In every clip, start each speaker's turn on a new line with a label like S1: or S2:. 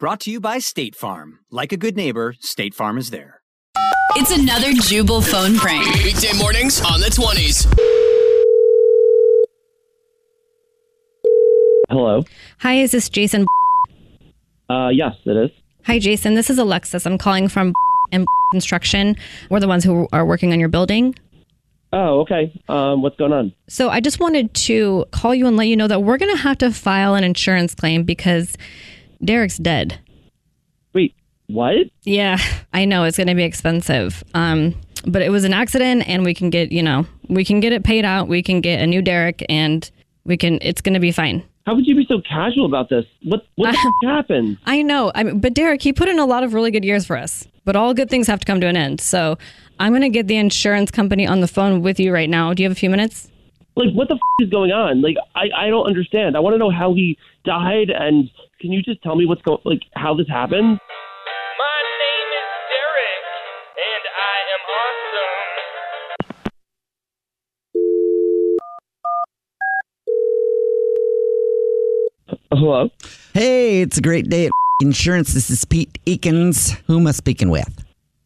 S1: Brought to you by State Farm. Like a good neighbor, State Farm is there.
S2: It's another Jubal phone prank.
S3: Weekday mornings on the 20s.
S4: Hello.
S5: Hi, is this Jason?
S4: Uh, yes, it is.
S5: Hi, Jason. This is Alexis. I'm calling from and construction. We're the ones who are working on your building.
S4: Oh, okay. Um, what's going on?
S5: So I just wanted to call you and let you know that we're going to have to file an insurance claim because Derek's dead.
S4: Wait, what?
S5: Yeah, I know it's going to be expensive. Um, but it was an accident, and we can get you know we can get it paid out. We can get a new Derek, and we can. It's going to be fine.
S4: How could you be so casual about this? What what the f- happened?
S5: I know. I mean, but Derek, he put in a lot of really good years for us. But all good things have to come to an end. So I'm going to get the insurance company on the phone with you right now. Do you have a few minutes?
S4: Like, what the f- is going on? Like, I, I don't understand. I want to know how he died, and can you just tell me what's going like how this happened?
S6: My name is Derek, and I am awesome.
S4: Hello.
S7: Hey, it's a great day at insurance. This is Pete Eakins. Who am I speaking with?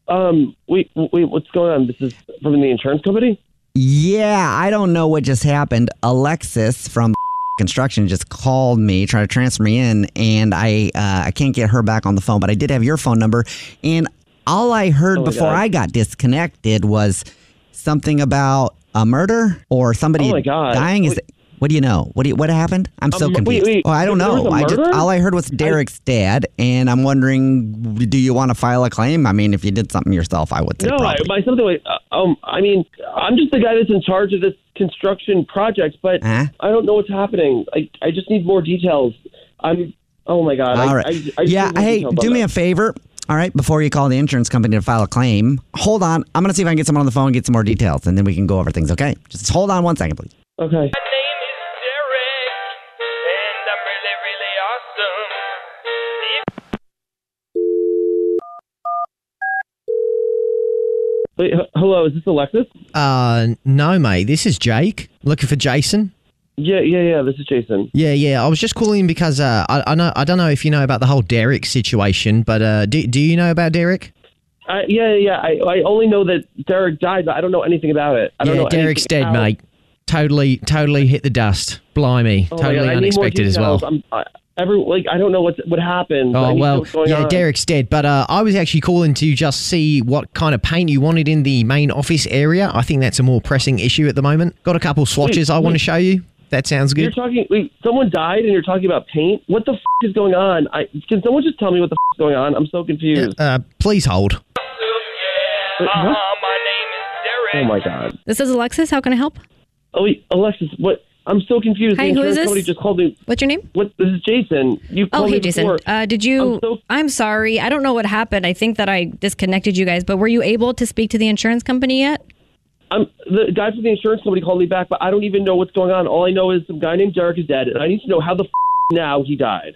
S4: Um, wait, wait, what's going on? This is from the insurance company.
S7: Yeah, I don't know what just happened. Alexis from construction just called me, trying to transfer me in, and I uh, I can't get her back on the phone, but I did have your phone number, and all I heard
S4: Oh my
S7: before
S4: God.
S7: I got disconnected was something about a murder or somebody
S4: Oh my God.
S7: dying. Is
S4: Wait.
S7: what do you know? What do you, what happened? I'm so
S4: Um, wait,
S7: confused.
S4: wait.
S7: oh, I don't
S4: There was
S7: know.
S4: a
S7: I just
S4: murder?
S7: all I heard was Derek's dad, and I'm wondering, do you want to file a claim? I mean, if you did something yourself, I would say
S4: No, I,
S7: probably.
S4: by something like uh, um, I mean, I'm just the guy that's in charge of this construction project, but
S7: Huh?
S4: I don't know what's happening. I I just need more details. I'm. Oh my god. I,
S7: All right.
S4: I, I just
S7: yeah.
S4: need more
S7: Hey,
S4: details on
S7: do me
S4: that.
S7: a favor. All right. Before you call the insurance company to file a claim, hold on. I'm going to see if I can get someone on the phone and get some more details, and then we can go over things. Okay. Just hold on one second, please.
S4: Okay.
S6: My name is Derek, and I'm really, really awesome. If
S4: Wait, h- hello, is this Alexis?
S8: Uh, no, mate. This is Jake. Looking for Jason.
S4: Yeah, yeah, yeah. This is Jason.
S8: Yeah, yeah. I was just calling because uh, I, I know I don't know if you know about the whole Derek situation, but uh, do, do you know about Derek?
S4: I, yeah, yeah. yeah, I, I only know that Derek died, but I don't know anything about it. I don't
S8: yeah,
S4: know.
S8: Derek's
S4: anything
S8: dead,
S4: about-
S8: mate. Totally, totally hit the dust. Blimey,
S4: Oh my God,
S8: totally
S4: I need more
S8: unexpected as well.
S4: details. I'm, I, every like, I don't know what what happened. I
S8: Oh
S4: need to know
S8: well,
S4: what's going
S8: yeah,
S4: on.
S8: Derek's dead. But uh, I was actually calling to just see what kind of paint you wanted in the main office area. I think that's a more pressing issue at the moment. Got a couple swatches I want to show you. That sounds
S4: You're
S8: good.
S4: talking. Wait, someone died, and you're talking about paint. What the f- is going on? I can someone just tell me what the f- is going on? I'm so confused.
S8: Uh, please hold.
S6: yeah,
S4: Wait, what?
S6: uh-huh, my name is Derek.
S4: Oh my god.
S5: This is Alexis. How can I help?
S4: Oh, wait, Alexis, what? I'm so confused.
S5: Hi,
S4: the
S5: who
S4: insurance
S5: is this?
S4: Somebody just called me.
S5: What's your name?
S4: What? This is Jason. You
S5: Oh,
S4: called
S5: hey,
S4: me
S5: Jason.
S4: before.
S5: Uh, did you?
S4: I'm so-
S5: sorry. I don't know what happened. I think that I disconnected you guys. But were you able to speak to the insurance company yet?
S4: I'm the guy from the insurance company called me back, but I don't even know what's going on. All I know is some guy named Derek is dead, and I need to know how the f- now he died.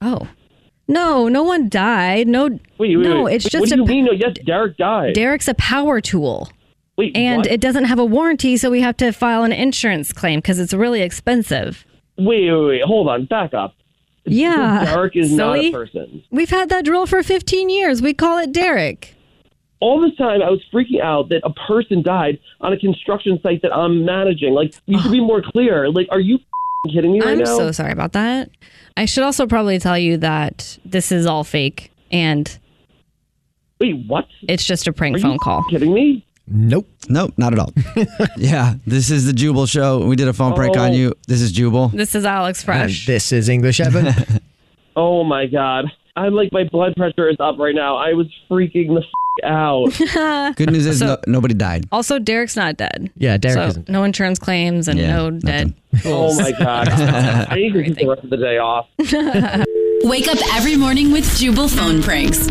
S5: Oh, No, no one died. No,
S4: Wait, wait,
S5: no.
S4: wait.
S5: It's
S4: What
S5: just
S4: do you
S5: a
S4: mean? No, yes, Derek died.
S5: Derek's a power tool.
S4: Wait,
S5: and
S4: what?
S5: it doesn't have a warranty, so we have to file an insurance claim because it's really expensive.
S4: Wait, wait, wait. Hold on. Back up.
S5: Yeah,
S4: Derek is not
S5: silly.
S4: a person.
S5: We've had that drill for 15 years. We call it Derek.
S4: All this time, I was freaking out that a person died on a construction site that I'm managing. Like, you should be more clear. Like, are you f***ing kidding me right
S5: I'm
S4: now?
S5: so sorry about that. I should also probably tell you that this is all fake and
S4: Wait, what?
S5: It's just a prank
S9: Are you
S5: phone call.
S4: Kidding me?
S9: Nope. Nope, not at all. yeah, this is the Jubal show. We did a phone prank on
S4: Oh.
S9: you. This is Jubal.
S5: This is Alex Fresh.
S9: this is English Evan.
S4: Oh my god. I'm like my blood pressure is up right now. I was freaking the f- out.
S9: Good news is no, nobody died.
S5: Also, Derek's not dead.
S9: Yeah, Derek
S5: so
S9: isn't.
S5: No insurance claims and
S9: Yeah,
S5: no dead.
S4: oh my god. I need to get the rest of the day off.
S2: Wake up every morning with Jubal phone pranks.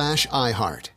S8: iHeart.